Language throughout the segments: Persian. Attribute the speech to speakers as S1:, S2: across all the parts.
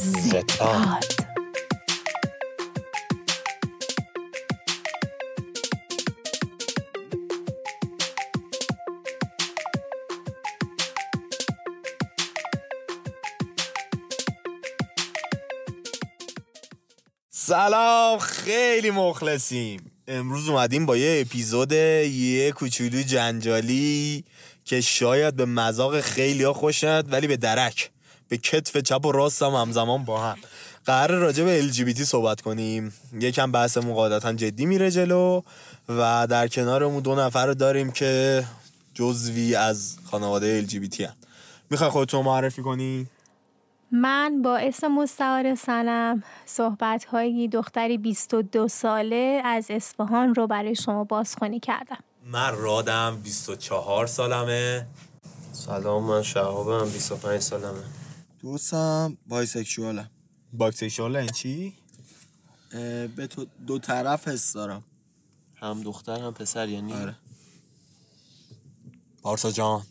S1: ذات آه. سلام خیلی مخلصیم امروز اومدیم با یه اپیزود یه کوچولو جنجالی که شاید به مذاق خیلی ها خوش نیاد ولی به درک به کتف چپ و راست هم همزمان با هم قرار راجع به LGBT صحبت کنیم یکم بحثمون قاعدتا جدی میره جلو و در کنارمون دو نفر رو داریم که جزوی از خانواده LGBT هم میخوای خودتون معرفی کنی؟
S2: من با اسم مستعار سنم صحبت های دختری 22 ساله از اصفهان رو برای شما بازخوانی کردم
S1: من رادم 24 سالمه
S3: سلام من شهابم 25 سالمه
S4: دوستم بایسکشوالم
S1: باکسیشال این چی؟
S4: اه، به تو دو طرف حس دارم
S3: هم دختر هم پسر یعنی
S4: آره.
S1: پارسا جان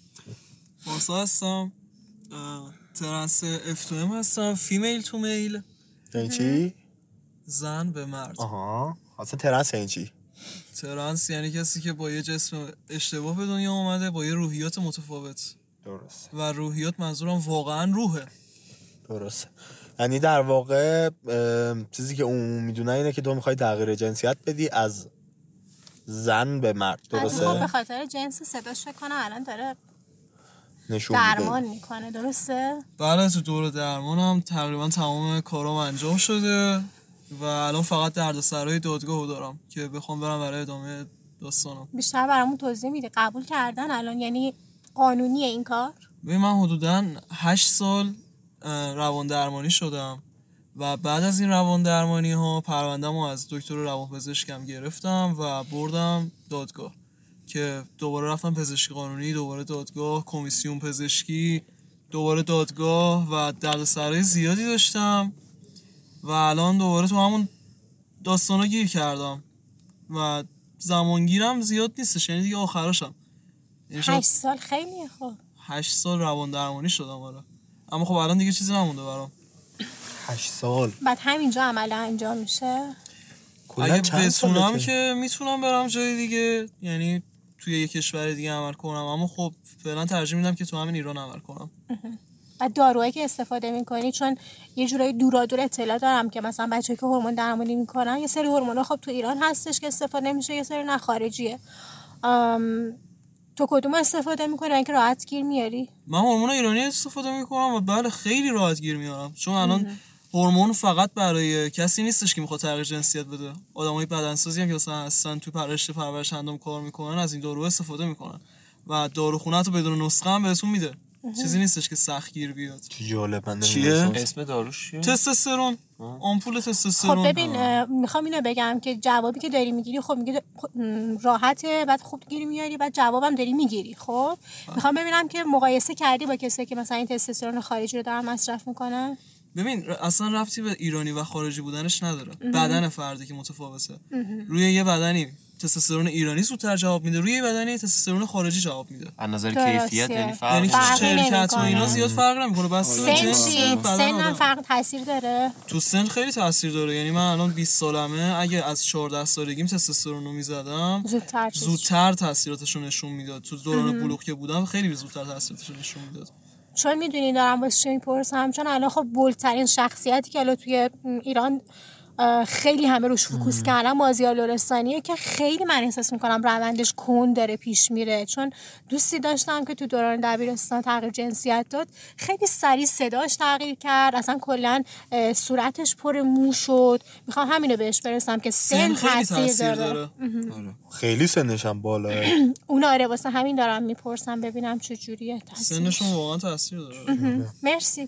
S5: پارسا هستم اه، ترنس اف تو ام هستم فیمیل تو میل
S1: این چی؟
S5: زن به مرد
S1: آها اصلا ترنس این چی؟
S5: ترنس یعنی کسی که با یه جسم اشتباه به دنیا اومده با یه روحیات متفاوت
S1: درسته
S5: و روحیات منظورم واقعا روحه
S1: درسته یعنی در واقع ام، چیزی که اون میدونه اینه که تو میخوای تغییر جنسیت بدی از زن به مرد
S6: الان خب، به
S1: درسته
S6: خاطر جنس صداش فکر کنم الان داره
S1: نشون
S6: درمان
S1: میده
S6: میکنه درسته
S5: بعد بله، تو دور درمانم تقریبا تمام کارام انجام شده و الان فقط دردسرهای دادگاهو دارم که بخوام برم برای ادامه داستانم
S6: بیشتر برامون توضیح میده قبول کردن الان یعنی قانونی این کار
S5: ببین من حدودا هشت سال اه، روان درمانی شدم و بعد از این روان درمانی ها پروندم از دکتر روانپزشکم گرفتم و بردم دادگاه که دوباره رفتم پزشکی قانونی دوباره دادگاه کمیسیون پزشکی دوباره دادگاه و دردسرای زیادی داشتم و الان دوباره تو همون داستانا گیر کردم و زمانگیرم زیاد نیستش یعنی دیگه آخراشم یعنی شاید
S6: هشت سال خیلیه خب
S5: هشت سال روان درمانی شدم حالا اما خب الان دیگه چیزی نمونده برام
S1: هشت سال
S6: بعد همینجا عمل انجام میشه
S1: کلاً
S5: اگه
S1: چند سال
S5: بتونم
S1: بتونی؟
S5: که میتونم برم جای دیگه یعنی توی یه کشور دیگه عمل کنم اما خب فعلا ترجیح میدم که تو همین ایران عمل کنم
S6: و داروهایی که استفاده میکنی چون یه جورایی دورا دور اطلاع دارم که مثلا بچه که هورمون درمانی میکنن یه سری هورمون خب تو ایران هستش که استفاده میشه یه سری نه خارجیه آم، تو کدوم استفاده میکنی اینکه راحت گیر میاری
S5: من هورمون ایرانی استفاده میکنم و بله خیلی راحت گیر میارم چون الان هورمون فقط برای کسی نیستش که میخواد تغییر جنسیت بده آدمای بدنسازی هم که مثلا هستن تو پرورش پرورش اندام کار میکنن از این دارو استفاده میکنن و داروخونه تو بدون نسخه هم بهتون میده چیزی نیستش که سخت گیر بیاد
S1: چی جالب من
S3: چیه؟
S1: نمی‌دونستم.
S3: اسم داروش چیه؟
S5: تستوسترون آمپول تستوسترون
S6: خب ببین اه، میخوام اینو بگم که جوابی که داری میگیری خب میگه خب، م، راحته بعد خوب گیری میاری بعد جوابم داری میگیری خب میخوام ببینم که مقایسه کردی با کسی که مثلا این تستوسترون خارجی رو دارن مصرف میکنن
S5: ببین ر- اصلا ربطی به ایرانی و خارجی بودنش نداره بدن فردی که متفاوته روی یه بدنی تستوسترون ایرانی زودتر جواب میده روی یه بدنی تستوسترون خارجی جواب میده
S3: از نظر
S6: درسته.
S3: کیفیت یعنی فرق
S5: یعنی
S6: فرقی
S5: شرکت و اینا
S6: نمی‌کنه.
S5: زیاد فرق نمیکنه آره. بس
S6: سن
S5: جنس
S6: چی؟
S5: بدن
S6: سن هم
S5: آدم.
S6: فرق تاثیر داره
S5: تو سن خیلی تاثیر داره یعنی من الان 20 سالمه اگه از 14 سالگیم تستوسترون رو میزدم
S6: زودتر چیز
S5: زودتر تاثیراتش رو نشون میداد تو دوران بلوغ که بودم خیلی زودتر تاثیراتش رو نشون میداد
S6: چون میدونی دارم واسه چی میپرسم چون الان خب بولترین شخصیتی که الان توی ایران اه، خیلی همه روش فوکوس کردن مازیار لورستانیه که خیلی من احساس میکنم روندش کند داره پیش میره چون دوستی داشتم که تو دوران دبیرستان تغییر جنسیت داد خیلی سریع صداش تغییر کرد اصلا کلا اه، صورتش پر مو شد میخوام همینو بهش برسم که سن
S5: سن خیلی
S6: تاثیر داره
S5: داره.
S3: آره.
S1: خیلی سنش هم بالاه
S6: اون آره واسه همین دارم میپرسم ببینم چجوریه تاثیر.
S5: سنشون واقعا تاثیر داره
S6: مرسی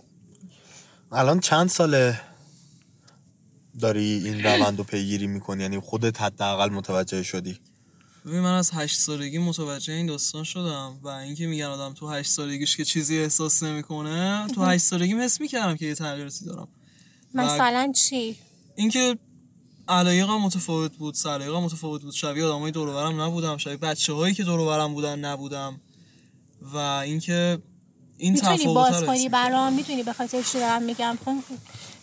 S1: الان چند ساله داری این روند رو پیگیری میکنی یعنی خودت حداقل متوجه شدی
S5: ببین من از هشت سالگی متوجه این داستان شدم و اینکه میگن آدم تو هشت سالگیش که چیزی احساس نمیکنه تو هشت سالگی حس میکردم که یه تغییراتی دارم
S6: مثلا چی
S5: اینکه علایقم متفاوت بود سلیقه‌ام متفاوت بود شبیه آدمای دور و برم نبودم شبیه بچه هایی که دور و برم بودن نبودم و اینکه این
S6: میتونی
S5: تفاوت
S6: باز کنی برام میتونی به خاطر چی دارم میگم خب،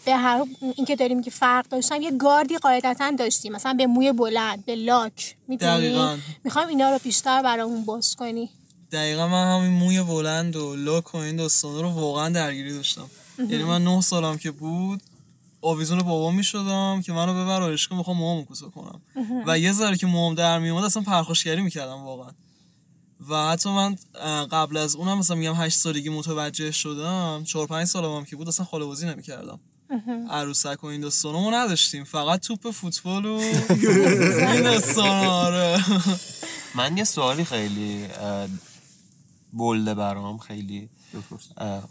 S6: به هر این که داریم که فرق داشتم یه گاردی قاعدتا داشتیم مثلا به موی بلند به لاک
S7: دقیقاً.
S6: میدونی میخوام اینا رو بیشتر برامون باز کنی
S7: دقیقا من همین موی بلند و لاک و این داستانا رو واقعا درگیری داشتم یعنی من نه سالم که بود آویزون بابام میشدم که منو ببر آرشگاه میخوام موهامو کوتاه کنم و یه ذره که موهام در میومد اصلا پرخاشگری میکردم واقعا و حتی من اه، قبل از اونم مثلا میگم هشت سالگی متوجه شدم چهار پنج سالم هم که بود اصلا خاله بازی نمیکردم عروسک و این داستانا ما نداشتیم فقط توپ فوتبال و این داستانا آره.
S3: من یه سوالی خیلی اه، بلده برام خیلی اه،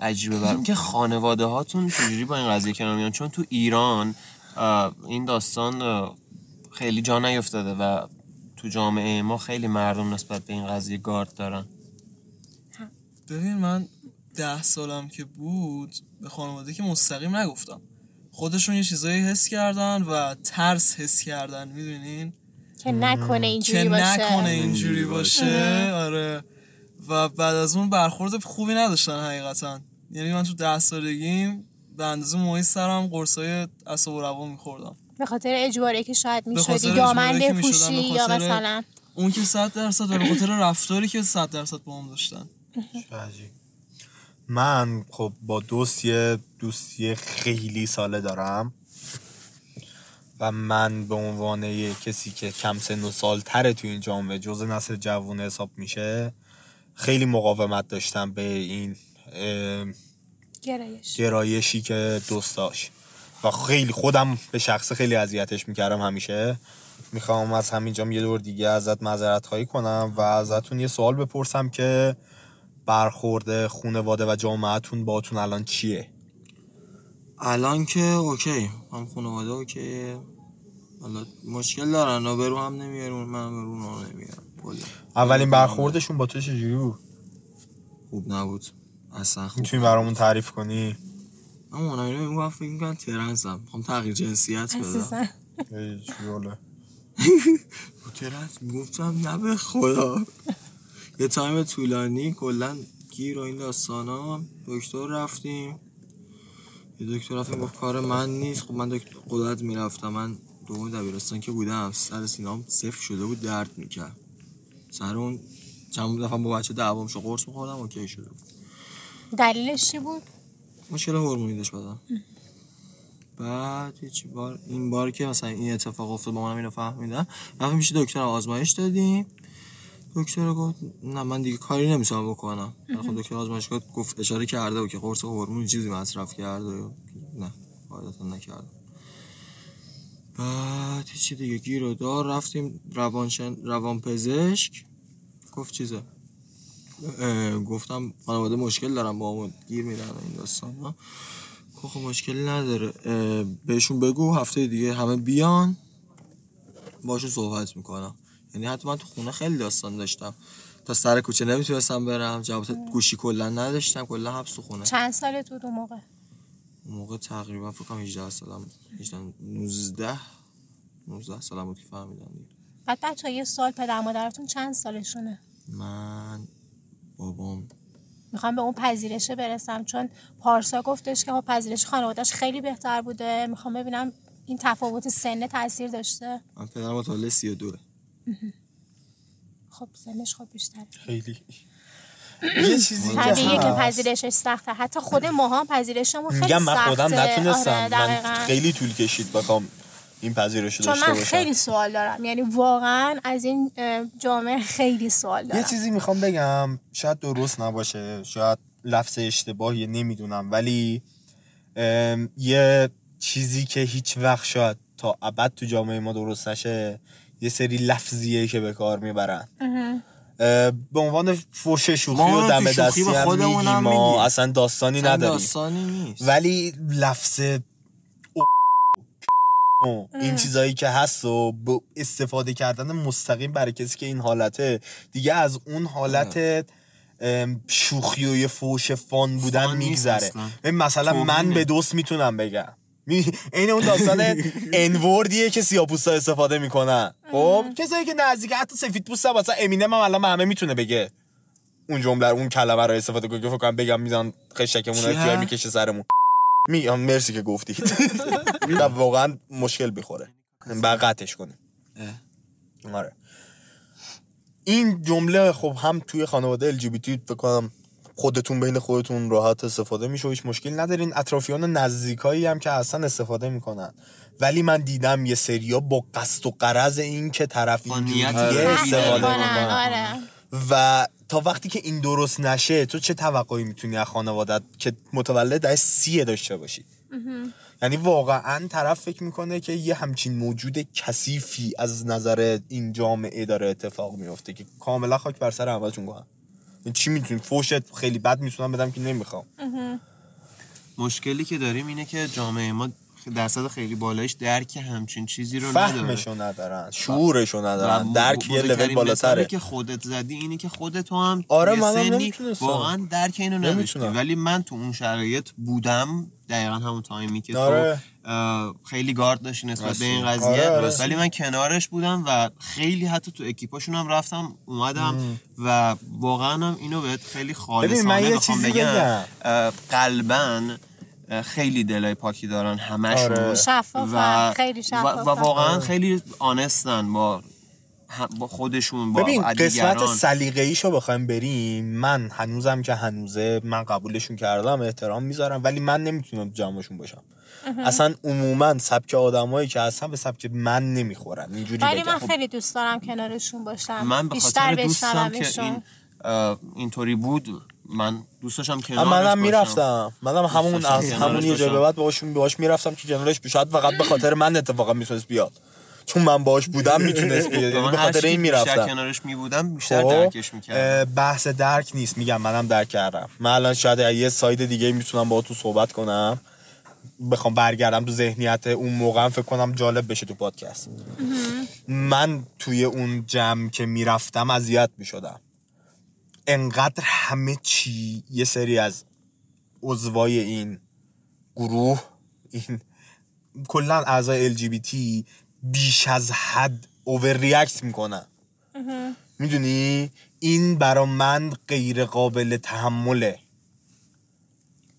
S3: عجیبه برام که خانواده هاتون چجوری با این قضیه کنار میان چون تو ایران اه، این داستان اه، خیلی جا نیفتاده و تو جامعه ما خیلی مردم نسبت به این قضیه گارد دارن
S7: ببین من ده سالم که بود به خانواده که مستقیم نگفتم خودشون یه چیزایی حس کردن و ترس حس کردن میدونین
S6: که نکنه
S7: که
S6: اینجوری باشه
S7: نکنه اینجوری باشه آره و بعد از اون برخورد خوبی نداشتن حقیقتا یعنی من تو ده سالگیم به اندازه موی سرم قرصای اصاب و روان میخوردم
S6: به خاطر اجباره که شاید
S7: به خاطر
S6: میشدی
S7: اجباره
S6: یا من
S7: که می‌شدم،
S6: بپوشی
S7: به
S6: یا
S7: خاطر-
S6: مثلا
S7: اون که صد درصد و به خاطر رفتاری که صد درصد با هم داشتن
S1: من خب با دوست یه دوستی خیلی ساله دارم و من به عنوان یه کسی که کم سن و سالتره تو این جامعه جز نسل جوون حساب میشه خیلی مقاومت داشتم به این ام،
S6: گرایش
S1: گرایشی که دوست داشت و خیلی خودم به شخص خیلی اذیتش میکردم همیشه میخوام از همینجام یه دور دیگه ازت معذرت خواهی کنم و ازتون یه سوال بپرسم که برخورد خونواده و جامعتون باتون الان چیه
S5: الان که اوکی هم خانواده اوکیه حالا مشکل دارن و برو هم نمیارون من برو رو نمیارم کلا.
S1: اولین برخوردشون با تو چجوری بود
S5: خوب نبود اصلا خوب
S1: میتونی برامون تعریف کنی
S5: اما اونا اینو میگن فکر میکنن ترنسم میخوام تغییر جنسیت بدم
S6: عزیزم
S1: ای جوله.
S5: ترنس گفتم نه به خدا یه تایم طولانی کلا گیر و این داستانا دکتر رفتیم یه دکتر رفتیم گفت کار من نیست خب من دکتر قدرت میرفتم من دوم دبیرستان که بودم سر سینام صفر شده بود درد میکرد سر اون چند دفعه با بچه دعوام شد قرص میخوردم اوکی شده بود
S6: دلیلش چی بود
S5: مشکل هورمونی داشت بدم بعد هیچ بار این بار که مثلا این اتفاق افتاد با منم اینو فهمیدم رفتیم پیش دکتر آزمایش دادیم دکتر گفت نه من دیگه کاری نمیتونم بکنم خب دکتر آزمایش کرد، گفت اشاره کرده و که قرص هورمون چیزی مصرف کرده و نه عادتا نکرد بعد هیچی دیگه گیر و دار رفتیم روانشن روان پزشک گفت چیزه اه، گفتم خانواده مشکل دارم با همون گیر میرن و این داستان ها گفت خب مشکل نداره اه، بهشون بگو هفته دیگه همه بیان باشون صحبت میکنم یعنی حتی من تو خونه خیلی داستان داشتم تا سر کوچه نمیتونستم برم جواب گوشی کلا نداشتم کلا حبس تو خونه
S6: چند سالت بود اون موقع
S5: اون موقع تقریبا فکر کنم 18 سالم بود. 18 19 19 سالم بود که فهمیدم دیگه
S6: بعد بچه یه سال پدر مادرتون چند سالشونه
S5: من بابام
S6: میخوام به اون پذیرشه برسم چون پارسا گفتش که خب پذیرش خانوادهش خیلی بهتر بوده میخوام ببینم این تفاوت سن تاثیر داشته
S5: من پدرم متولد 32
S6: خب سنش خب بیشتره
S1: خیلی یه چیزی که
S6: طبیعیه که
S1: هست.
S6: پذیرشش سخته حتی خود ماها پذیرشمون خیلی
S1: میگم
S6: سخته
S1: من خودم
S6: آره،
S1: نتونستم
S6: دقیقاً.
S1: من خیلی طول کشید بخوام این پذیرش رو
S6: چون
S1: داشته
S6: من
S1: باشم
S6: خیلی سوال دارم یعنی واقعا از این اه، جامعه خیلی سوال
S1: یه
S6: دارم
S1: چیزی میخوام بگم شاید درست نباشه شاید لفظ اشتباهی نمیدونم ولی ام، یه چیزی که هیچ وقت شاید تا ابد تو جامعه ما درست نشه یه سری لفظیه که به کار میبرن اه، به عنوان فوش شوخی
S5: ما
S1: و
S5: اونو
S1: دم
S5: تو شوخی
S1: دستی
S5: به
S1: هم
S5: خودمون
S1: میگیم
S5: هم
S1: ما
S5: میگیم.
S1: اصلا داستانی
S5: چند
S1: نداریم
S5: داستانی نیست
S1: ولی لفظ او- و این چیزایی که هست و با استفاده کردن مستقیم برای کسی که این حالته دیگه از اون حالت ام، شوخی و یه فوش فان بودن
S5: فانی
S1: میگذره
S5: اصلا.
S1: مثلا من به دوست میتونم بگم می- عین اون داستان انوردیه که سیاپوستا استفاده میکنن خب کسایی که نزدیک حتی سفید پوست مثلا امینم هم الان به همه میتونه بگه اون جمله رو اون کلمه رو استفاده کنه که فکر کنم بگم میزن خشکمون رو
S5: چی
S1: اختیار
S5: هست؟
S1: میکشه سرمون میگم مرسی که گفتید و واقعا مشکل میخوره بعد قطعش کنیم آره این جمله خب هم توی خانواده ال فکر کنم خودتون بین خودتون راحت استفاده میشه و هیچ مشکل ندارین اطرافیان و نزدیکایی هم که اصلا استفاده میکنن ولی من دیدم یه سریا با قصد و قرض این که طرف اینجوریه
S3: نیت آره.
S1: استفاده
S6: کنن
S1: میکنن
S6: آره
S1: و تا وقتی که این درست نشه تو چه توقعی میتونی از خانوادت که متولد در سیه داشته باشی یعنی واقعا طرف فکر میکنه که یه همچین موجود کثیفی از نظر این جامعه داره اتفاق میفته که کاملا خاک بر سر اولتون گوهن این چی میتونی فوشت خیلی بد میتونم بدم که نمیخوام
S3: مشکلی که داریم اینه که جامعه ما درصد خیلی بالایش درک همچین چیزی رو نداره
S1: فهمشو ندارن شعورشو ندارن
S3: و
S1: درک یه
S3: بزرگترین
S1: لول
S3: مثالی
S1: بالاتره
S3: که خودت زدی اینه که خودت تو هم
S1: آره،
S3: یه
S1: منم
S3: سنی
S1: نمیتونستم.
S3: واقعا درک اینو نداشتی
S1: نمیتونم.
S3: ولی من تو اون شرایط بودم دقیقا همون تایمی که
S1: آره.
S3: تو اه، خیلی گارد داشتی نسبت به این قضیه
S1: آره، آره.
S3: ولی من کنارش بودم و خیلی حتی تو اکیپاشون هم رفتم اومدم و واقعا هم اینو بهت خیلی
S1: ببین، من
S3: خالصانه
S1: یه
S3: بخوام
S1: چیزی
S3: بگم
S1: بگم.
S3: اه، قلبا اه، خیلی دلای پاکی دارن همشون
S1: آره.
S6: شفافن، خیلی
S3: و,
S6: شفافن.
S3: و واقعا خیلی آنستن با هم- با خودشون با
S1: ببین قسمت
S3: دیگران
S1: سلیقه ایشو بخوایم بریم من هنوزم که هنوزه من قبولشون کردم احترام میذارم ولی من نمیتونم جمعشون باشم اصلا عموما سبک آدمایی که اصلا به سبک من نمیخورن اینجوری
S6: ولی
S1: بگم.
S6: من
S1: خب،
S6: خیلی دوست دارم کنارشون باشم
S3: من به
S6: بیشتر
S3: خاطر دوستم که
S6: بشنومشون.
S3: این اه، اینطوری بود من دوست داشتم کنارش
S1: منم
S3: باشم.
S1: میرفتم منم همون
S3: داشتم
S1: از
S3: کنارش
S1: همون یه جای به
S3: باشم.
S1: بعد باهاشون باهاش میرفتم که کنارش شاید فقط به خاطر من اتفاقا میتونست بیاد چون من باهاش بودم میتونست بیاد یعنی
S3: من
S1: به
S3: هر
S1: خاطر
S3: چی
S1: این
S3: بیشتر
S1: میرفتم
S3: کنارش میبودم بیشتر
S1: خب،
S3: درکش میکردم
S1: اه، بحث درک نیست میگم منم درک کردم من الان شاید از یه ساید دیگه میتونم با تو صحبت کنم بخوام برگردم تو ذهنیت اون موقع فکر کنم جالب بشه تو پادکست من توی اون جمع که میرفتم اذیت میشدم انقدر همه چی یه سری از عضوای این گروه این کلا اعضای LGBT بیش از حد اوور ریاکت میکنن میدونی این برا من غیر قابل تحمله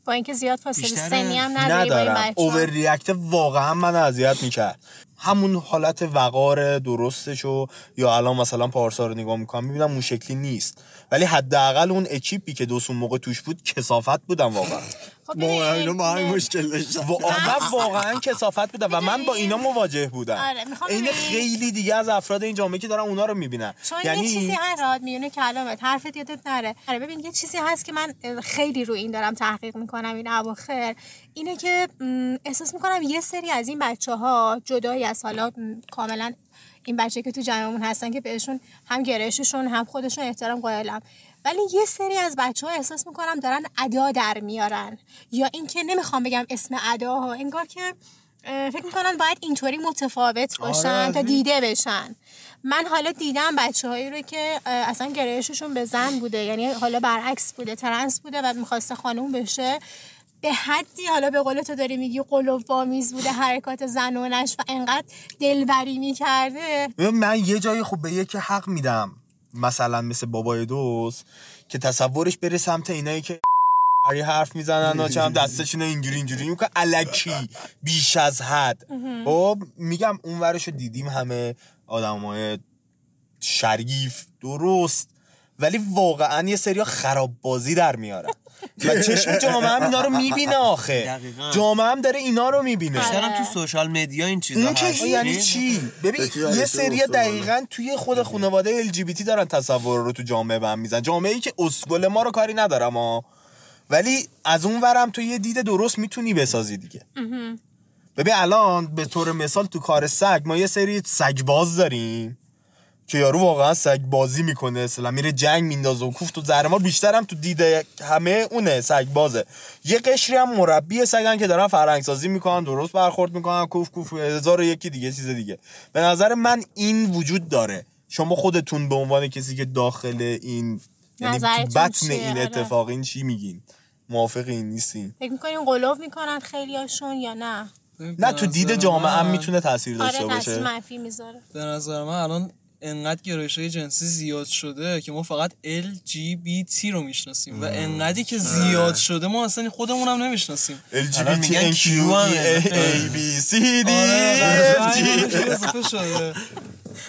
S6: با اینکه زیاد فاصله
S3: بیشتر
S6: سنی هم نداری با این
S1: ندارم اوور
S6: بچه‌ها.
S1: ریاکت واقعا من اذیت میکرد همون حالت وقار درستشو یا الان مثلا پارسا رو نگاه میکنم میبینم اون شکلی نیست ولی حداقل اون اکیپی که دوستون موقع توش بود کسافت بودم واقعا
S6: خب ببین، ببین.
S5: مشکل داشتم
S1: و من واقعا کسافت بودم و من با اینا مواجه بودم
S6: آره، می‌خوام
S1: این
S6: ببینی؟
S1: خیلی دیگه از افراد این جامعه که دارن اونا رو میبینن
S6: چون یه چیزی
S1: یعنی
S6: هست راد میونه کلامت حرفت یادت نره آره ببین یه چیزی هست که من اه، خیلی رو این دارم تحقیق میکنم این اواخر اینه که م، احساس میکنم یه سری از این بچه ها جدای از حالا م، کاملا این بچه که تو جمعمون هستن که بهشون هم گرایششون هم خودشون احترام قائلم ولی یه سری از بچه ها احساس میکنم دارن ادا در میارن یا اینکه نمیخوام بگم اسم اداها انگار که اه، فکر میکنن باید اینطوری متفاوت باشن تا دیده بشن من حالا دیدم بچه هایی رو که اه، اصلا گرایششون به زن بوده یعنی حالا برعکس بوده ترنس بوده و میخواسته خانوم بشه به حدی حالا به قول تو داری میگی قلوبامیز بوده حرکات زنانش و انقدر دلبری میکرده
S1: من یه جایی خوب به یکی حق میدم مثلا مثل بابای دوست که تصورش بره سمت اینایی که هری حرف میزنن و چم دستشون اینجوری اینجوری میکنه الکی بیش از حد خب میگم اون ورشو دیدیم همه آدمای شریف درست ولی واقعا یه سری خراب بازی در میارن و چشم جامعه هم اینا رو میبینه آخه
S3: دقیقاً. آره.
S1: جامعه هم داره اینا رو میبینه
S3: بیشترم تو سوشال مدیا این چیزا
S1: اون
S3: هست.
S1: که یعنی چی ببین
S5: یکی
S1: یه
S5: یعنی
S1: سری
S5: چی؟
S1: دقیقا توی خود خانواده ال دارن تصور رو تو جامعه بهم میزن جامعه ای که اسکل ما رو کاری ندارم ها ولی از اون ورم تو یه دید درست میتونی بسازی دیگه ببین الان به طور مثال تو کار سگ ما یه سری سگباز داریم که یارو واقعا سگ بازی میکنه اصلا میره جنگ میندازه و کوفت و زهر مار بیشتر هم تو دیده همه اونه سگ بازه یه قشری هم مربی سگن که دارن فرهنگ سازی میکنن درست برخورد میکنن کوف کوف هزار و یکی دیگه چیز دیگه به نظر من این وجود داره شما خودتون به عنوان کسی که داخل این یعنی تو
S6: نظرتون
S1: بطن
S6: چیه؟
S1: این
S6: آره.
S1: اتفاق این چی میگین موافقین نیستین
S6: فکر میکنین قلوب میکنن خیلیاشون یا نه
S1: نه تو دید جامعه هم میتونه تاثیر داشته
S6: آره تاثیر
S1: باشه
S6: منفی میذاره
S7: به نظر من الان انقدر گرایش های جنسی زیاد شده که ما فقط LGBT رو میشناسیم و انقدری که زیاد شده ما اصلا خودمون هم نمیشناسیم
S3: الان میگن
S1: LGBTQ
S3: کیو هم.
S1: A B C D
S7: آره،
S1: F
S7: رنگ
S1: G
S7: بهش اضافه شده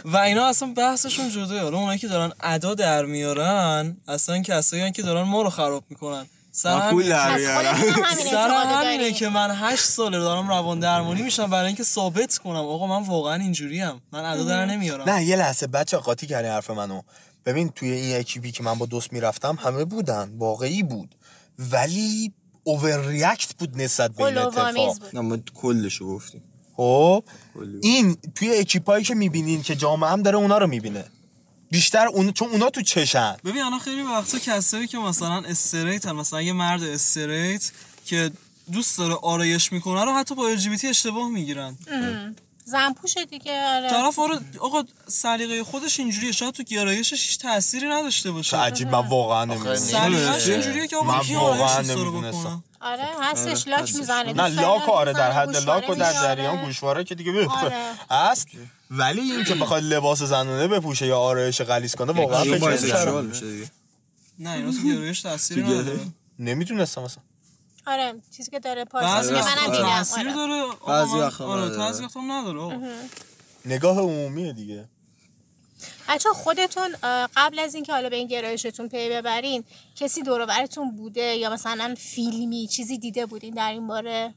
S7: و اینا اصلا بحثشون جداه حالا اونایی که دارن ادا در میارن اصلا کسایی هن که دارن ما رو خراب میکنن سر
S5: و پول
S7: همین-
S5: در
S1: آره،
S6: از
S5: بیارم
S6: خودتون هم همین
S7: سر
S6: اعتقاد
S7: همینه
S6: داریم.
S7: که من هشت ساله دارم روان درمانی میشم برای اینکه ثابت کنم آقا من واقعا اینجوریم من ادا در نمیارم
S1: نه یه لحظه بچه قاطی کردی حرف منو ببین توی این اکیبی که من با دوست میرفتم همه بودن واقعی بود ولی اوور ریاکت بود نسبت به این اتفاق
S6: قلوآمیز بود
S5: نه ما کلشو گفتیم
S1: خب این توی اکیپایی که میبینین که جامعه هم داره اونا رو میبینه بیشتر اون چون اونا تو چشن
S7: ببین الان خیلی وقتا کسایی که مثلا استریت مثلا یه مرد استریت که دوست داره آرایش میکنه رو حتی با LGBT اشتباه میگیرن
S6: زنپوشه دیگه آره
S7: طرف آره آقا سلیقه خودش اینجوریه شاید تو گرایشش هیچ تأثیری نداشته
S1: چه
S7: باشه
S1: خب، عجیب من واقعا نمیدونم
S3: نه.
S7: سلیقه‌ش
S3: آره.
S7: اینجوریه که
S1: من
S7: آقا کی
S1: واقعا
S7: آرایشش رو
S1: نمی‌دونستم.
S7: بکنه
S6: آره هستش لاک میزنه
S1: نه
S6: دوست
S1: لاک
S6: داره
S1: آره در
S6: میزنه،
S1: حد لاک و در
S6: یعنی گوشواره
S1: جریان
S6: میزنه.
S1: گوشواره که دیگه ببین
S6: آره.
S1: هست ولی این که بخواد لباس زنانه بپوشه یا آرایش غلیظ کنه واقعا
S5: یه
S1: فکر نمی‌کردم.
S5: بایسکشوال میشه دیگه
S7: نه اینا تو گرایش تأثیری
S5: تو گرایش.
S7: نداره
S1: نمیدونستم اصلا
S6: آره چیزی که داره پارسی
S7: بعضی
S6: که
S7: وقتا
S6: بله. منم
S7: تأثیر
S6: دیدم آره.
S7: داره آقا
S5: بعضی
S7: من-
S5: وقتا
S7: آره
S5: نداره.
S7: بعضی وقتا هم نداره آقا.
S1: نگاه عمومیه دیگه
S6: بچه خودتون اه، قبل از اینکه حالا به این گرایشتون پی ببرین کسی دور و برتون بوده یا مثلا فیلمی چیزی دیده بودین در این باره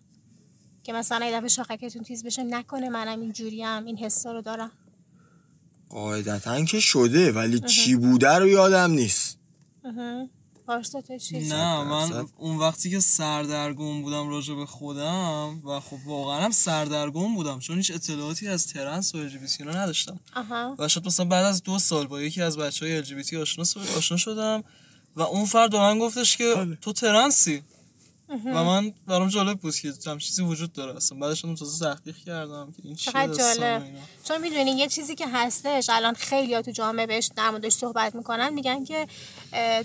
S6: که مثلا یه دفعه شاخکتون تیز بشه نکنه منم اینجوریم این حسا رو دارم
S5: قاعدتا که شده ولی چی بوده رو یادم نیست
S6: پارسا تو چی؟
S7: نه من
S5: درصد.
S7: اون وقتی که سردرگم بودم راجع به خودم و خب واقعا هم سردرگم بودم چون هیچ اطلاعاتی از ترنس و الژی نداشتم
S6: آها
S7: و شاید مثلا بعد از دو سال با یکی از بچه های الژی آشنا, س- آشنا شدم و اون فرد به من گفتش که تو ترنسی و من برام جالب بود که هم چیزی وجود داره اصلا بعدش هم تازه تحقیق کردم که این چیه
S6: چقدر
S7: داستان و
S6: جالب.
S7: اینا.
S6: چون میدونین یه چیزی که هستش الان خیلی ها تو جامعه بهش در موردش صحبت میکنن میگن که اه، م،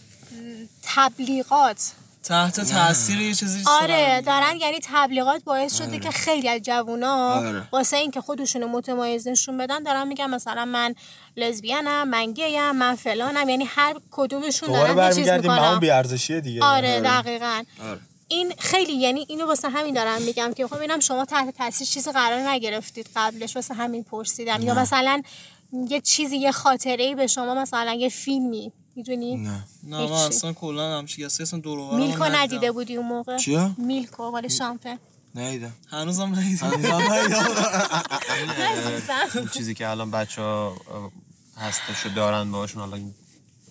S6: تبلیغات
S7: تحت تاثیر یه چیزی
S6: آره
S7: سرم
S6: دارن یعنی تبلیغات باعث شده که خیلی از جوونا
S5: آره.
S6: واسه اینکه خودشونو متمایز نشون بدن دارن میگن مثلا من لزبیانم من گیم من فلانم یعنی هر کدومشون
S1: دوباره
S6: دارن یه چیز
S1: خب، آره، برمیگردیم به
S6: میکنن
S1: همون بیارزشیه دیگه
S6: آره دقیقا
S5: آره.
S6: این خیلی یعنی اینو واسه همین دارم میگم که خب اینم شما تحت تاثیر چیزی قرار نگرفتید قبلش واسه همین پرسیدم یا مثلا یه چیزی یه خاطره ای به شما مثلا یه فیلمی میدونی
S5: نه
S7: نه من
S6: هیچی.
S7: اصلا کلا همچین کسی اصلا دور و برم
S6: میلکو
S7: ندیدم.
S6: ندیده بودی اون موقع
S5: چیا؟
S6: میلکو مال شامپه
S5: نیدم
S7: هنوزم ندیدم
S3: اون چیزی که الان بچه ها هستش و دارن باشون حالا این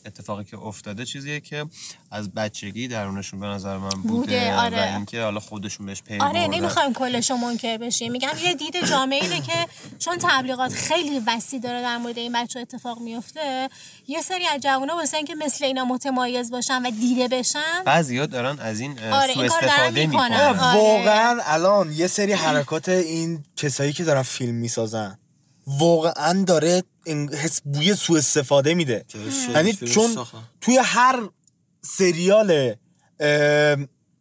S3: اتفاقی که افتاده چیزیه که از بچگی درونشون به نظر من بوده,
S6: بوده، آره.
S3: و اینکه حالا خودشون بهش پی
S6: آره
S3: بردن.
S6: نمیخوایم کلشو منکر بشیم میگم یه دید جامعه اینه که چون تبلیغات خیلی وسیع داره در مورد این بچه اتفاق میفته یه سری از جوونا واسه اینکه مثل اینا متمایز باشن و دیده بشن
S3: بعضیا دارن از این اه،
S6: آره،
S3: سوء
S6: این کار دارن
S3: استفاده
S6: می‌کنن.
S3: میکنن
S6: آره.
S1: واقعا الان یه سری حرکات این کسایی که دارن فیلم میسازن واقعا داره این حس بوی سوء استفاده میده یعنی
S5: فیلم
S1: چون
S5: ساختن.
S1: توی هر سریال اه،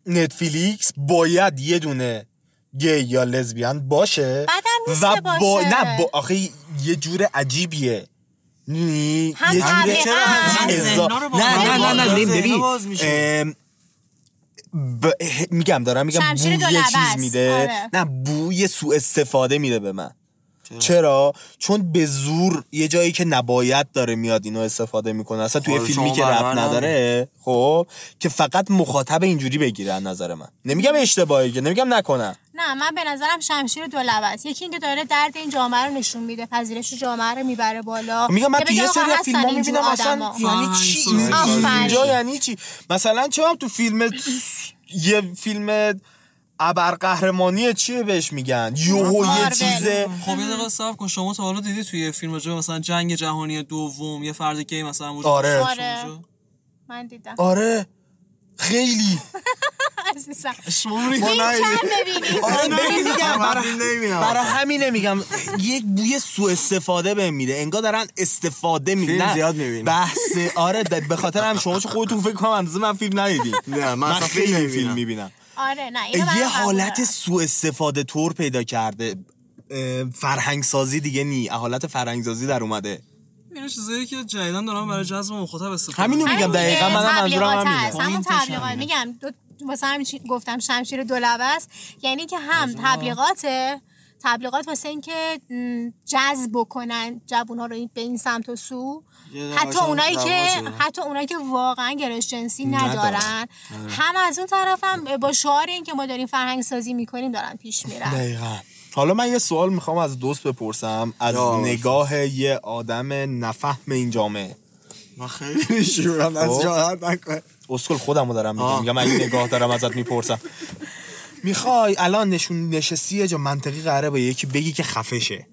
S1: نتفلیکس باید یه دونه گی یا لزبیان باشه
S6: بعدم نیست که باشه.
S1: با... نه با... آخه یه جور عجیبیه نی...
S6: هم
S1: یه جور
S6: طبیعتا. هم
S1: ازا-
S3: ذهنا رو باز
S1: نه نه نه نه
S5: می‌کنه.
S1: نه، ببین
S5: ذهنا باز میشه.
S1: ام، ب- ه- میگم دارم میگم
S6: شمشیر
S1: بوی
S6: دو لبه است.
S1: چیز میده
S6: آره.
S1: نه بوی سوء استفاده میده به من چرا چون به زور یه جایی که نباید داره میاد اینو استفاده میکنه اصلا توی
S5: خب،
S1: فیلمی
S5: شما
S1: که رپ
S5: برنامه
S1: نداره خب که فقط مخاطب اینجوری بگیرن نظر من نمیگم اشتباهی که نمیگم نکنن
S6: نه من به نظرم شمشیر دو لبه است یکی اینکه داره درد این جامعه رو نشون میده پذیرش جامعه رو میبره بالا
S1: میگم من
S6: که
S1: تو یه
S6: بگن آقا
S1: سری از
S6: هستن
S1: فیلم
S6: اینجور
S1: میبینم اصلا
S6: آدما.
S1: یعنی چی این-
S6: آفرین.
S1: اینجا یعنی چی مثلا چه هم تو فیلم یه فیلم ابرقهرمانی چیه بهش میگن یوهو یه
S6: مارول.
S1: چیزه
S7: خب یه دقیقه صاحب کن شما تا حالا دیدی توی یه فیلم راجع به مثلا جنگ جهانی دوم یه فرد گی مثلا وجود
S1: آره.
S7: داشته باشه
S6: آره.
S7: اونجا؟
S6: من دیدم
S1: آره خیلی
S6: عزیزم
S1: خب،
S7: شما می‌گی-
S6: این کم ببینید
S1: آره ببین میگم برای
S5: نمیدم
S1: برای همینه میگم یک بوی سوء استفاده بهم میده انگار دارن استفاده
S5: فیلم
S1: میدن
S5: زیاد می‌بینی.
S1: بحث آره د- به خاطر هم شما چون خودتون فکر کنم اندازه من فیلم ندیدین
S5: نه، من
S1: من
S5: اصلا فیلم
S1: خیلی
S5: نمی‌بینم.
S1: فیلم میبینم
S6: آره نه اینو من
S1: یه
S6: قبول
S1: حالت
S6: دارم.
S1: سوء استفاده طور پیدا کرده فرهنگ سازی دیگه نی حالت فرهنگ سازی در اومده
S7: این چیزایی که جدیدن دارم برای جذب مخاطب استفاده
S1: همینو
S7: می‌کنم.
S1: میگم دقیقا منم منظورم
S6: آره، تبلیغات
S1: هم
S6: هست.
S1: میگم
S6: همون تبلیغات میگم دو- واسه همین چی- گفتم شمشیر دولبه است یعنی که هم تبلیغاته تبلیغات واسه اینکه م، جذب بکنن جوونا رو این- به این سمت و سو
S5: یه
S6: حتی
S5: روشم
S6: اونایی که
S5: رواجه.
S6: حتی اونایی که واقعا گرایش جنسی
S1: ندارن.
S6: ندارن هم از اون طرف هم با شعار این که ما داریم فرهنگ سازی میکنیم دارن پیش میرن
S1: دقیقا حالا من یه سوال میخوام از دوست بپرسم از
S5: یا
S1: نگاه یه آدم نفهم این جامعه
S5: من خیلی شورم
S1: خب.
S5: از جاهت نکنه
S1: اسکل خودم رو دارم میگم
S5: آه.
S1: میگم اگه نگاه دارم ازت میپرسم میخوای الان نشون نشستی یه جا منطقی قراره به یکی بگی که خفشه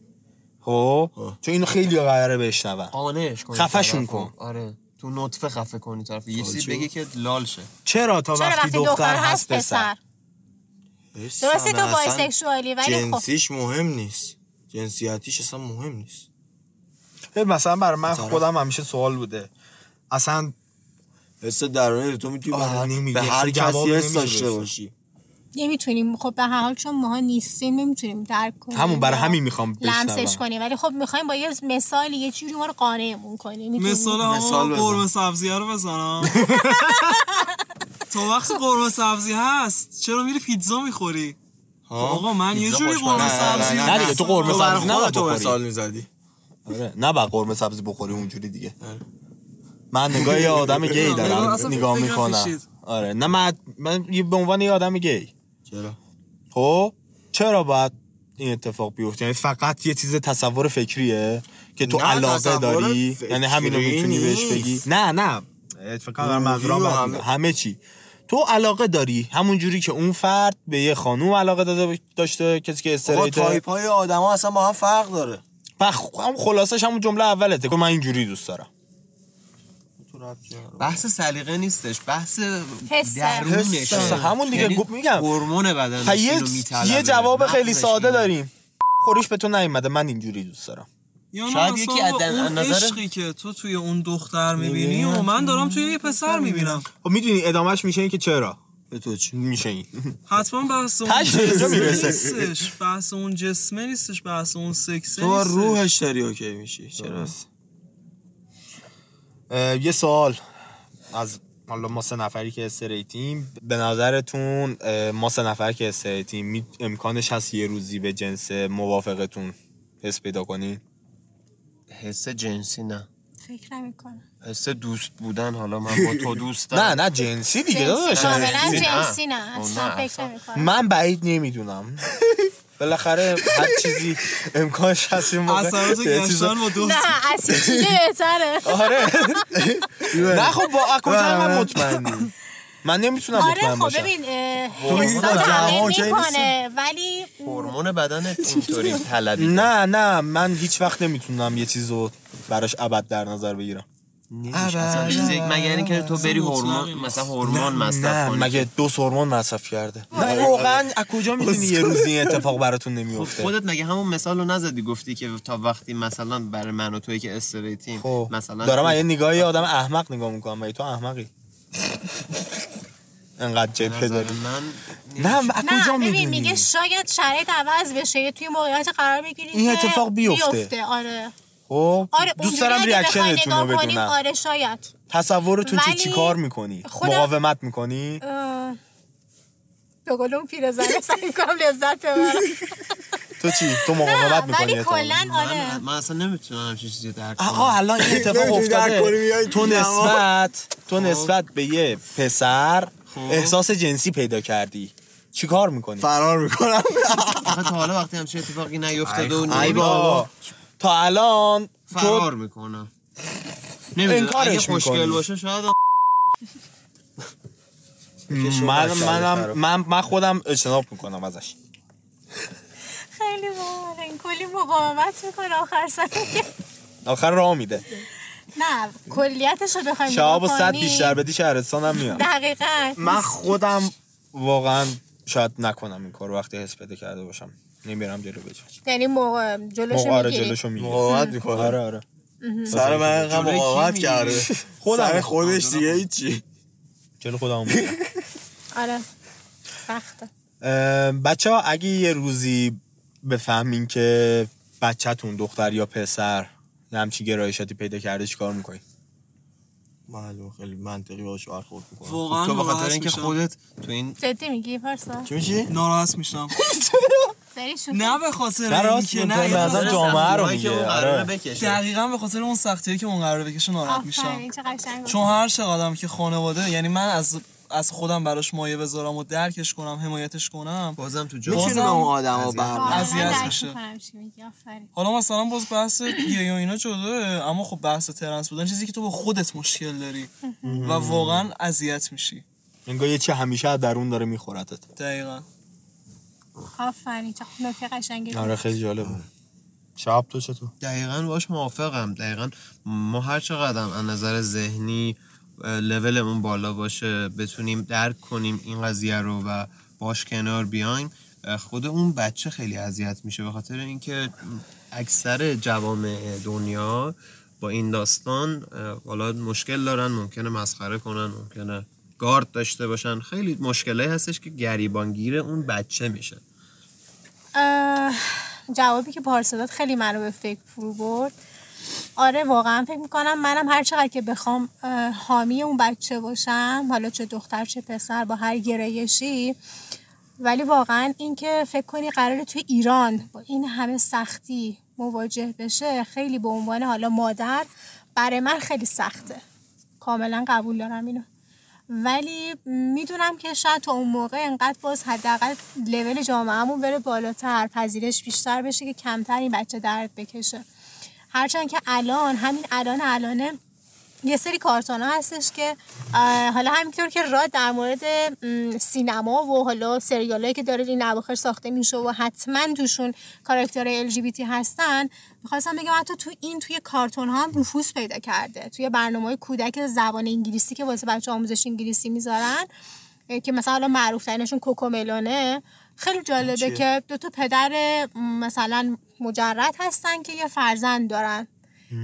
S1: خب چون اینو خیلی قراره بشنون
S3: قانعش کن
S1: خفه‌شون
S3: طرفو.
S1: کن.
S3: آره تو نطفه خفه کنی طرف یه چیزی بگی که لال شه
S1: چرا تا
S6: چرا
S1: وقتی دختر هست پسر
S6: درسته تو
S5: اصلا
S6: بایسکشوالی ولی خب
S5: جنسیش مهم نیست جنسیتیش اصلا مهم نیست
S1: ببین، مثلا بر من
S5: مثلا.
S1: خودم همیشه سوال بوده اصلا
S5: حس درونی رو تو میتونی به
S1: آه،
S5: هر,
S1: نمی‌گی.
S5: به هر
S1: اصلا جوابی
S5: کسی حس
S1: نمی‌دی
S5: داشته
S1: بهش.
S5: باشی
S6: نمیتونیم خب به هر حال چون ماها نیستیم نمیتونیم درک کنیم
S1: همون برای
S6: یا
S1: همین میخوام
S6: لمسش
S1: بشنوم
S6: کنیم ولی خب میخوایم با یه مثالی یه چیزی ما رو قانعمون کنیم می‌تونیم-
S7: مثال
S5: مثال
S7: همون
S5: بزن.
S7: قرمه سبزیه رو بزنم تا وقت قرمه سبزی هست چرا میری پیتزا میخوری
S5: خب
S7: آقا من یه جوری قرمه سبزی
S1: نه دیگه، تو قرمه
S5: برای
S1: سبزی نباید
S5: خودت تو
S1: بخوری.
S5: مثال میزدی
S1: آره نه با قرمه سبزی بخوری اونجوری دیگه
S5: آره.
S1: من نگاه یه آدم گی
S7: نگاه
S1: دارم
S7: اصلا
S1: نگاه
S7: فکرم
S1: میکنم
S7: پیچید.
S1: آره نه من, من یه- به عنوان یه آدم گی
S5: چرا
S1: خب چرا باید این اتفاق بیفته یعنی فقط یه چیز تصور فکریه که تو
S5: نه،
S1: علاقه
S5: تصور
S1: داری
S5: فکری
S1: یعنی همینو میتونی بهش بگی
S5: نیست.
S1: نه نه اتفاقا من منظورم
S5: روحی و
S1: بد
S5: همه-
S1: بودم. همه چی تو علاقه داری همون جوری که اون فرد به یه خانوم علاقه داده داشته کسی که
S5: آقا
S1: استریت
S5: تایپ های آدما اصلا با هم فرق داره
S1: هم خلاصش همون جمله اولته که من اینجوری دوست دارم
S5: تو ربطی نداره.
S3: بحث سلیقه نیستش بحث
S6: حسه.
S3: درونشه
S1: حسه. همون دیگه،
S3: یعنی
S1: گفت- میگم.
S3: هورمون بدن
S5: یعنی
S1: پس خب، یه, یه جواب خیلی ساده داریم خوریش به تو نیومده من اینجوری دوست دارم
S7: یا نه
S3: شاید
S7: مثلا
S3: یکی از دل-
S7: اون
S3: نظر-
S7: عشقی که تو توی اون دختر میبینی و من دارم توی یه پسر میبینم
S1: خب میدونی ادامهش میشه این که چرا
S5: به تو چی
S1: میشه این
S7: حتما بحث اون
S1: تش به اینجا
S7: جسمه
S1: میرسه.
S7: نیستش بحث اون جسمه نیستش بحث اون سکسه
S5: تو با
S7: نیستش
S5: روحش داری اوکی میشی چرا
S1: اه، یه سوال از حالا ما سه نفری که استریتیم به نظرتون اه، ما سه نفر که استریتیم می- امکانش هست یه روزی به جنس موافقتون حس پیدا کنین
S3: حس جنسی نه
S6: فکر نمی‌کنم
S3: حس دوست بودن حالا من با تو دوستم
S1: نه نه جنسی دیگه
S6: جنسی-
S1: داداش
S6: کاملا
S3: جنسی نه.
S6: جنسی نه
S3: او
S6: اصلا
S3: نه،
S6: فکر
S3: اصلا.
S6: نمی‌کنم
S1: من بعید نمیدونم بالاخره هر چیزی امکانش هست یه موقع
S7: اثرات
S1: یه چیز-
S7: گشتن با دوست
S6: نه از هیچ چیزی بهتره
S1: آره نه خب با از کجا من
S5: آره.
S1: مطمئنی من نمیتونم
S6: آره
S1: مطمئن
S6: خب
S1: باشم
S6: ببین اه،
S5: میگی
S6: احساس
S5: با جوان
S6: همه
S5: اوکی
S6: میکنه ولی
S3: هورمون بدنت اینطوری طلبی
S1: نه نه من هیچ وقت نمیتونم یه چیز رو براش ابد در نظر بگیرم
S3: نیستش. اصلا چیزی مگر اینکه تو بری هورمون مثلا هورمون مصرف
S1: نه
S3: کنی
S1: مگه دو هورمون مصرف کرده نه واقعا از کجا خب، میدونی یه روز این اتفاق براتون نمیفته
S3: خودت مگه همون مثال رو نزدی گفتی که تا وقتی مثلا برای من و توی که استریتیم
S1: خب
S3: مثلا
S1: دارم یه نگاه یه آدم احمق نگاه میکنم مگه تو احمقی انقدر جبهه
S3: نظر
S1: داری
S3: من
S1: نه از
S6: نه
S1: کجا میدونی
S6: ببین میگه شاید شرایط عوض بشه یه توی موقعیت قرار بگیری
S1: این
S6: که
S1: اتفاق بیفته.
S6: آره
S1: خب
S6: آره اونجوری
S1: دوست دارم
S6: اگه بخوای
S1: ریاکشنتون رو
S6: نگاه کنیم،
S1: بدونم
S6: آره شاید
S1: تصورتون چی
S6: ولی
S1: چی کار میکنی
S6: خودم-
S1: مقاومت میکنی
S6: اه، به قول اون پیرزنه سعی می‌کنم لذت ببرم
S1: تو چی تو مقاومت
S6: نه
S1: میکنی
S6: ولی کلا
S3: من,
S6: آره
S3: من اصلا نمیتونم همچین چیزی رو درک
S1: آقا
S3: کنم
S1: الان این اتفاق
S5: نمی‌تونی درک کنی،
S1: افتاده
S5: میای
S1: تو
S5: دیگه، اما.
S1: نسبت تو نسبت به یه پسر احساس جنسی پیدا کردی چیکار میکنی
S5: فرار میکنم
S3: آخه تا حالا وقتی همچین اتفاقی نیفتاده و
S1: ای
S3: نمی‌دونم.
S1: بابا تا الان تو
S3: فرار میکنم نمیدونم
S1: انکارش
S3: اگه خوشگل
S1: می‌کنی.
S3: باشه شاید
S1: من منم من من خودم اجتناب میکنم ازش
S6: خیلی باحال این کلی مقاومت میکنه آخر سر
S1: آخر راه میده
S6: نه کلیتش رو بخوایم
S1: شهاب و
S6: نگاه
S1: صد
S6: کنی،
S1: بیشتر بدی شهرستانم میاد
S6: دقیقاً
S1: من خودم واقعا شاید نکنم این کار وقتی حس پیدا کرده باشم نمیرم جلو بجا
S6: یعنی موقع جلوشو
S1: آره
S6: میگیری
S1: جلوشو میگیرم
S5: مقاومت
S1: آره
S5: میکنه
S1: آره
S5: سر من اینقدر
S3: جلوی کی
S5: مقاومت
S3: می‌گیری؟
S5: کرده
S1: خودم.
S5: سر خودش دیگه هیچی
S1: جلو خودم میگیرم
S6: آره سخته
S1: بچه ها اگه یه روزی بفهمین که بچهتون دختر یا پسر یه همچین گرایشاتی پیدا کرده چیکار میکنی
S5: معلوم خیلی منطقی باش برخورد میکنم
S7: واقعا
S3: تو بخاطر
S7: ناراحت
S3: اینکه
S7: میشم
S3: خودت تو این
S6: جدی میگی پارسا
S5: چی میشی؟
S7: ناراحت میشم
S6: داری شوخی
S7: نه به خاطر
S1: نه راست
S7: اینکه
S1: میگم،
S7: نه
S1: تو به
S7: یه
S1: نظر
S7: خاطر-
S1: جامعه رو
S3: که اون
S1: میگه
S3: قراره
S1: آره
S3: بکشه
S7: دقیقا به خاطر اون سختیه که اون قراره بکشه ناراحت میشم
S6: آفرین چه قشنگ
S7: چون هر چقدرم که خانواده یعنی من از از خودم براش مایه بذارم و درکش کنم حمایتش کنم
S3: بازم تو جا
S5: میتونی به اون آدم ها
S6: واقعا
S5: بر
S7: اذیت
S6: درک
S7: میشه.
S6: می‌کنم چی میگی آفرین
S7: حالا مثلا باز بحث گی و اینا جداه اما خب بحث ترنس بودن چیزی که تو با خودت مشکل داری و واقعا اذیت میشی
S1: انگار یه چی همیشه از درون داره میخورتت
S7: دقیقا
S6: آفرین چه نکته قشنگی
S1: آره خیلی جالبه شب تو چطور
S3: دقیقا باش موافقم دقیقا ما هر چقدر از نظر ذهنی اه، لولمون بالا باشه بتونیم درک کنیم این قضیه رو و باش کنار بیایم اه، خود اون بچه خیلی اذیت میشه به خاطر اینکه اکثر جوامع دنیا با این داستان اه، حالا مشکل دارن ممکنه مسخره کنن ممکنه گارد داشته باشن خیلی مشکلی هستش که گریبانگیر اون بچه میشه
S6: اه، جوابی که پارسا داد خیلی منو به فکر فرو برد آره واقعا فکر میکنم منم هر چقدر که بخوام اه، حامی اون بچه باشم حالا چه دختر چه پسر با هر گرایشی ولی واقعا اینکه فکر کنی قراره توی ایران با این همه سختی مواجه بشه خیلی به عنوان حالا مادر برای من خیلی سخته کاملا قبول دارم اینو ولی میدونم که شاید تا اون موقع انقدر باز حداقل لول جامعهمون بره بالاتر پذیرش بیشتر بشه که کمتر این بچه درد بکشه هرچند که الان همین الان الانه یه سری کارتون ها هستش که اه، حالا همینطور که راد در مورد م، سینما و حالا سریال که داره این اواخر ساخته میشه و حتما توشون کاراکتر LGBT هستن میخواستم بگم حتی تو این توی کارتون ها هم نفوذ پیدا کرده توی برنامه های کودک زبان انگلیسی که واسه بچه آموزش انگلیسی میذارن اه، که مثلا حالا معروف ترینشون کوکوملونه خیلی جالبه که دو تا پدر م، مثلا مجرد هستن که یه فرزند دارن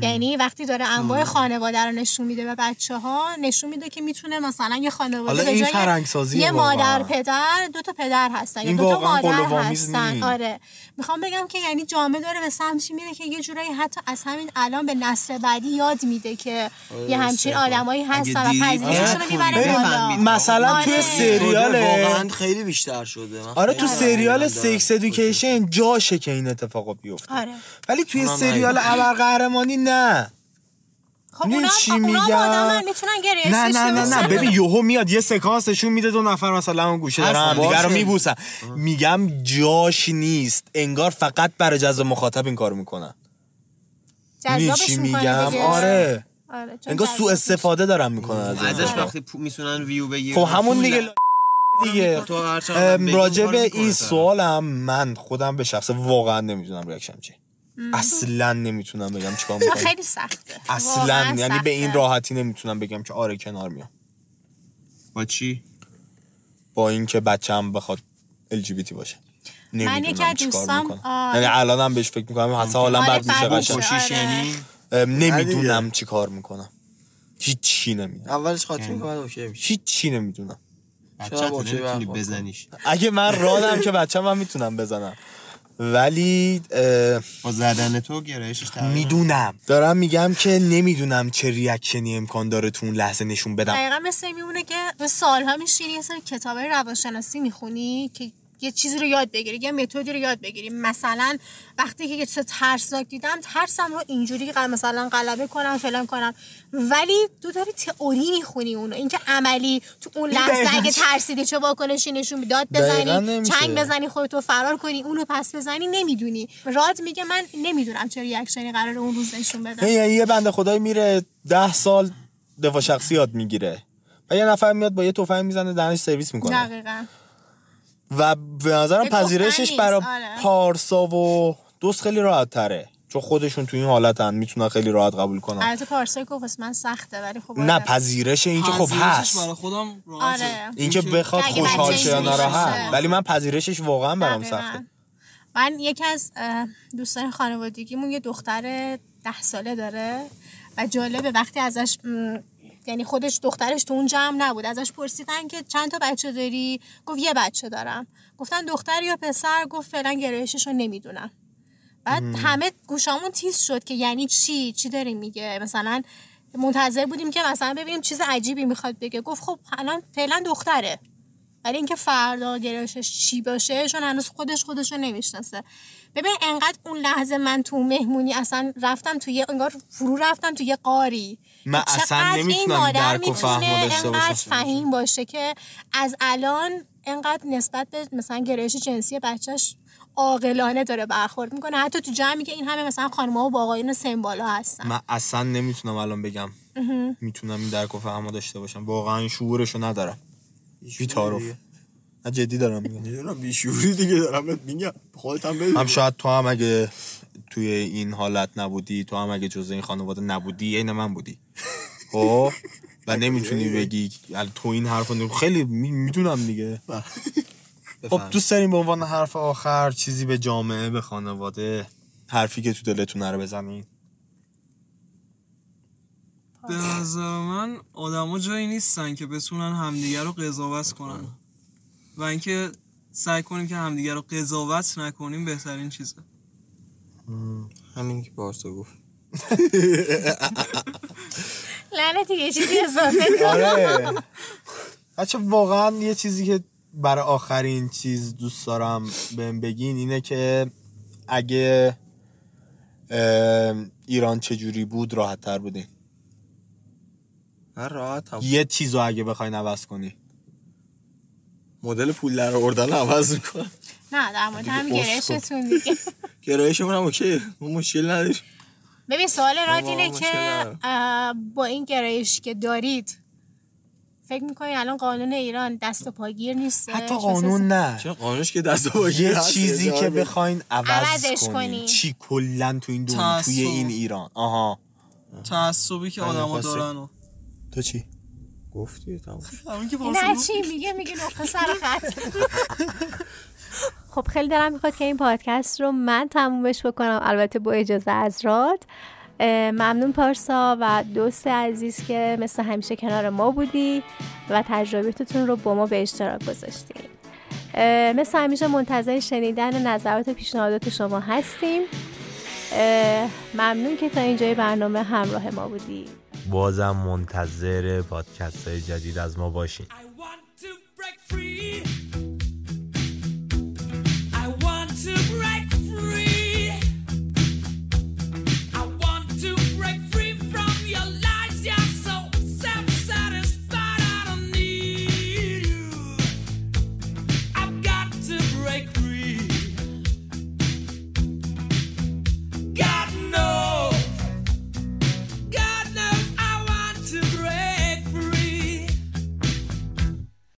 S6: یعنی وقتی داره انواع خانواده رو نشون میده به بچه ها نشون میده که میتونه مثلا یه خانواده
S1: حالا
S6: به
S1: این
S6: جای
S1: فرهنگ‌سازیه
S6: یه
S1: واقعا.
S6: مادر پدر دو تا پدر هستن یا
S1: این
S6: دو تا
S1: واقعا
S6: مادر
S1: قلوآمیز
S6: هستن
S1: نیست.
S6: آره میخوام بگم که یعنی جامعه داره به سمتی میره که یه جورایی حتی از همین الان به نسل بعدی یاد میده که
S1: آره،
S6: یه همچین آدمایی هستن و
S3: دیدی،
S6: پذیرشون رو
S3: درک
S6: میبره
S3: کنی،
S6: بالا
S3: بفهمی.
S1: مثلا
S6: آره.
S1: توی
S5: شده،
S1: سریال
S5: واقعا خیلی بیشتر شده من
S1: آره
S5: خیلی
S1: تو
S5: دارم
S1: سریال
S5: میبینم، دارم.
S1: سیکس ادویکیشن جاشه که این اتفاق بیفته
S6: آره.
S1: ولی توی سریال ابرقهرمانی نه
S6: خب
S1: می‌دونی
S6: اونا
S1: چی
S6: هم اونا هم
S1: میگم؟
S6: آدمن، میتونن گریش
S1: نه نه نه
S6: بشن.
S1: نه ببین یهو میاد یه سکانس نشون میده دو نفر مثلا اون گوشه دارن
S3: اصلا
S1: همدیگه رو
S3: باشه.
S1: میبوسن میگم جاش نیست انگار فقط برای جذب مخاطب این کارو میکنن می‌دونی
S6: جذابش
S1: چی
S6: می‌کنه
S1: میگم
S6: دیگه.
S1: آره
S6: آره، چون
S1: انگار
S6: جذاب
S1: سوء استفاده دارن میکنن از
S3: ازش
S1: این
S3: وقتی میتونن ویو بگیرن
S1: خب همون
S3: پول
S1: دیگه دیگه
S3: تو هر چقدر
S1: ام،
S3: بگی اون
S1: راجع
S3: کار
S1: به
S3: می‌کنه
S1: این
S3: طرف.
S1: سوالم من خودم به شخص واقعا نمیدونم ریاکشن چیه اصلا نمیتونم بگم چیکار
S6: آه،
S1: میکنم
S6: خیلی سخته
S1: اصلا
S6: واقعاً
S1: خب. یعنی به این
S6: سخته.
S1: راحتی نمیتونم بگم که آره کنار میام
S3: با چی
S1: با اینکه بچه‌م بخواد LGBT باشه
S6: یکی
S1: نمیدونم
S6: از
S1: چیکار
S6: دوستام،
S1: میکنم
S6: آه،
S1: یعنی الانم بهش فکر میکنم حتی حالا
S6: آره،
S1: بد میشه
S6: بد
S1: قشنگ
S6: میشه.
S3: خوشیش
S6: آره.
S3: یعنی
S1: ام، نمیدونم
S5: دیگه.
S1: چیکار میکنم هیچی نمیدونم
S5: اولش خاطر میکنم اوکی میشه
S1: هیچی نمیدونم
S3: بچه تو
S5: اوکی
S3: نمیتونی
S5: برخورد
S3: بزنیش
S1: اگه من رادم که بچه من میتونم بزنم ولی اه،
S3: با زدن تو گرایشش تغییر
S1: میدونم دارم میگم که نمیدونم چه ریاکشنی امکان داره تو اون لحظه نشون بدم
S6: دقیقا مثل این میمونه که تو سالها میشینی یه سری کتاب روانشناسی میخونی که یه چیزی رو یاد بگیری یه متدی رو یاد بگیری مثلا وقتی که یه چیز ترسناک دیدم ترسم رو اینجوری قل- مثلا غلبه کنم فلان کنم ولی تو داری تئوری میخونی اونو اینکه عملی تو اون لحظه
S1: دقیقاً
S6: اگه
S1: چی-
S6: ترسیدی چه واکنشی نشون بدی، داد
S1: دقیقاً
S6: بزنی
S1: نمیشه.
S6: چنگ بزنی خودتو فرار کنی اونو پس بزنی نمیدونی راد میگه من نمیدونم چه ریاکشنی قرار اون روز نشون بدم
S1: یعنی یه بنده خدایی میره ده سال دفاع شخصی یاد میگیره و یه نفر میاد با یه تفنگ میزنه دهنش سرویس میکنه
S6: دقیقاً
S1: و به نظرم
S6: یه تفنگ
S1: پذیرشش
S6: نیست،
S1: برای
S6: خب آره.
S1: پارسا و دوست خیلی راحت تره چون خودشون تو این حالتن میتونن خیلی راحت قبول کنن
S6: البته پارسا گفت واسه من سخته ولی خب
S1: نه
S6: آره.
S1: پذیرش این که خب
S7: پذیرشش
S1: هست
S7: برای خودم راحته.
S6: آره
S1: اینکه بخواد
S6: اگه
S1: خوشحال
S6: بچه
S1: شه یا
S6: اینجوری
S1: ناراحت
S6: باشه.
S1: ولی من پذیرشش واقعا برام
S6: دقیقاً.
S1: سخته
S6: من یکی از اه، دوستان خانوادگیمون یه دختر ده ساله داره و جالبه وقتی ازش م، یعنی خودش دخترش تو اون جمع نبود ازش پرسیدن که چند تا بچه داری گفت یه بچه دارم گفتن دختر یا پسر گفت فعلا گرایشش رو نمیدونم بعد همه گوشامون تیز شد که یعنی چی چی داری میگه مثلا منتظر بودیم که مثلا ببینیم چیز عجیبی میخواد بگه گفت خب الان فعلا دختره ولی اینکه فردا گرایشش چی باشه چون هنوز خودش خودش رو نمیشناسه ببین انقدر اون لحظه من تو مهمونی اصلا رفتم توی یه- انگار فرو رفتم توی یه قاری
S1: من
S6: چقدر
S1: اصلا نمیتونم
S6: این مادر
S1: درک و فهم
S6: میتونه
S1: داشته
S6: انقدر
S1: باشم.
S6: فهیم باشه که از الان انقدر نسبت به مثلا گرایش جنسی بچهش عاقلانه داره برخورد میکنه حتی تو جمعی که این همه مثلا خانم‌ها و با آقایون سمبالا هستن
S1: من اصلا نمیتونم الان بگم میتونم این درک و فهمو داشته باشم واقعا این شعورشو ندارم بی تعارف نه جدی دارم میگم
S5: میدونم بیشوری دیگه دارم بهت میگم خودت هم بدون
S1: هم شاید تو هم اگه توی این حالت نبودی تو هم اگه جزء این خانواده نبودی عین من بودی خب و نمیتونی بگی الان تو این حرف رو- خیلی میدونم دیگه خب دوست داریم به عنوان حرف آخر چیزی به جامعه به خانواده حرفی که تو دلتون رو بزنین
S7: به نظر من آدما جایی نیستن که بتونن همدیگه رو قضاوت کنن و اینکه سعی کنیم که همدیگه رو قضاوت نکنیم بهترین چیزه
S5: همین که پارسا گفت
S6: لعنتی یه چیزی اضافه کن.
S1: آره بچه واقعا یه چیزی که برای آخرین چیز دوست دارم بهم بگین اینه که اگه اه، ایران چجوری بود راحت تر بودین
S5: هر راحت هم
S1: یه چیز رو اگه بخواین عوض کنی
S5: مدل پول در آوردن رو عوض میکنه
S6: نه در مورد هم
S5: دیگه بس کن.
S6: گرایشتون دیگه
S5: گرایشمون هم اوکی ما مشکل نداریم
S6: ببین سوال راد
S5: بابا،
S6: اینه
S5: مشکل
S6: که
S5: نداره.
S6: اه، با این گرایش که دارید فکر میکنی الان قانون ایران دست و پاگیر نیست
S1: حتی قانون نه
S5: چه قانونش که دست با
S1: یه چیزی که بخواین
S6: عوضش
S1: عوض
S6: کنی.
S1: کنین چی کلا تو این دنیا
S7: تعصب.
S1: توی این ایران آها
S7: تعصبی
S1: بله،
S7: که آدما
S5: می‌خواستیم.
S7: دارن و
S1: تو چی
S5: گفتی تمام شد.
S7: همین که
S6: این
S7: پارسا
S6: هر
S7: گفت.
S6: چی میگه میگه نقطه سر خط
S2: خب خیلی دارم میخواد که این پادکست رو من تمومش بکنم البته با اجازه از راد اه، ممنون پارسا و دوست عزیز که مثل همیشه کنار ما بودی و تجربیتتون رو با ما به اشتراک گذاشتیم مثل همیشه منتظر شنیدن نظرات و پیشنهادات شما هستیم اه، ممنون که تا اینجای برنامه همراه ما بودی
S1: بازم منتظر پادکست های جدید از ما باشین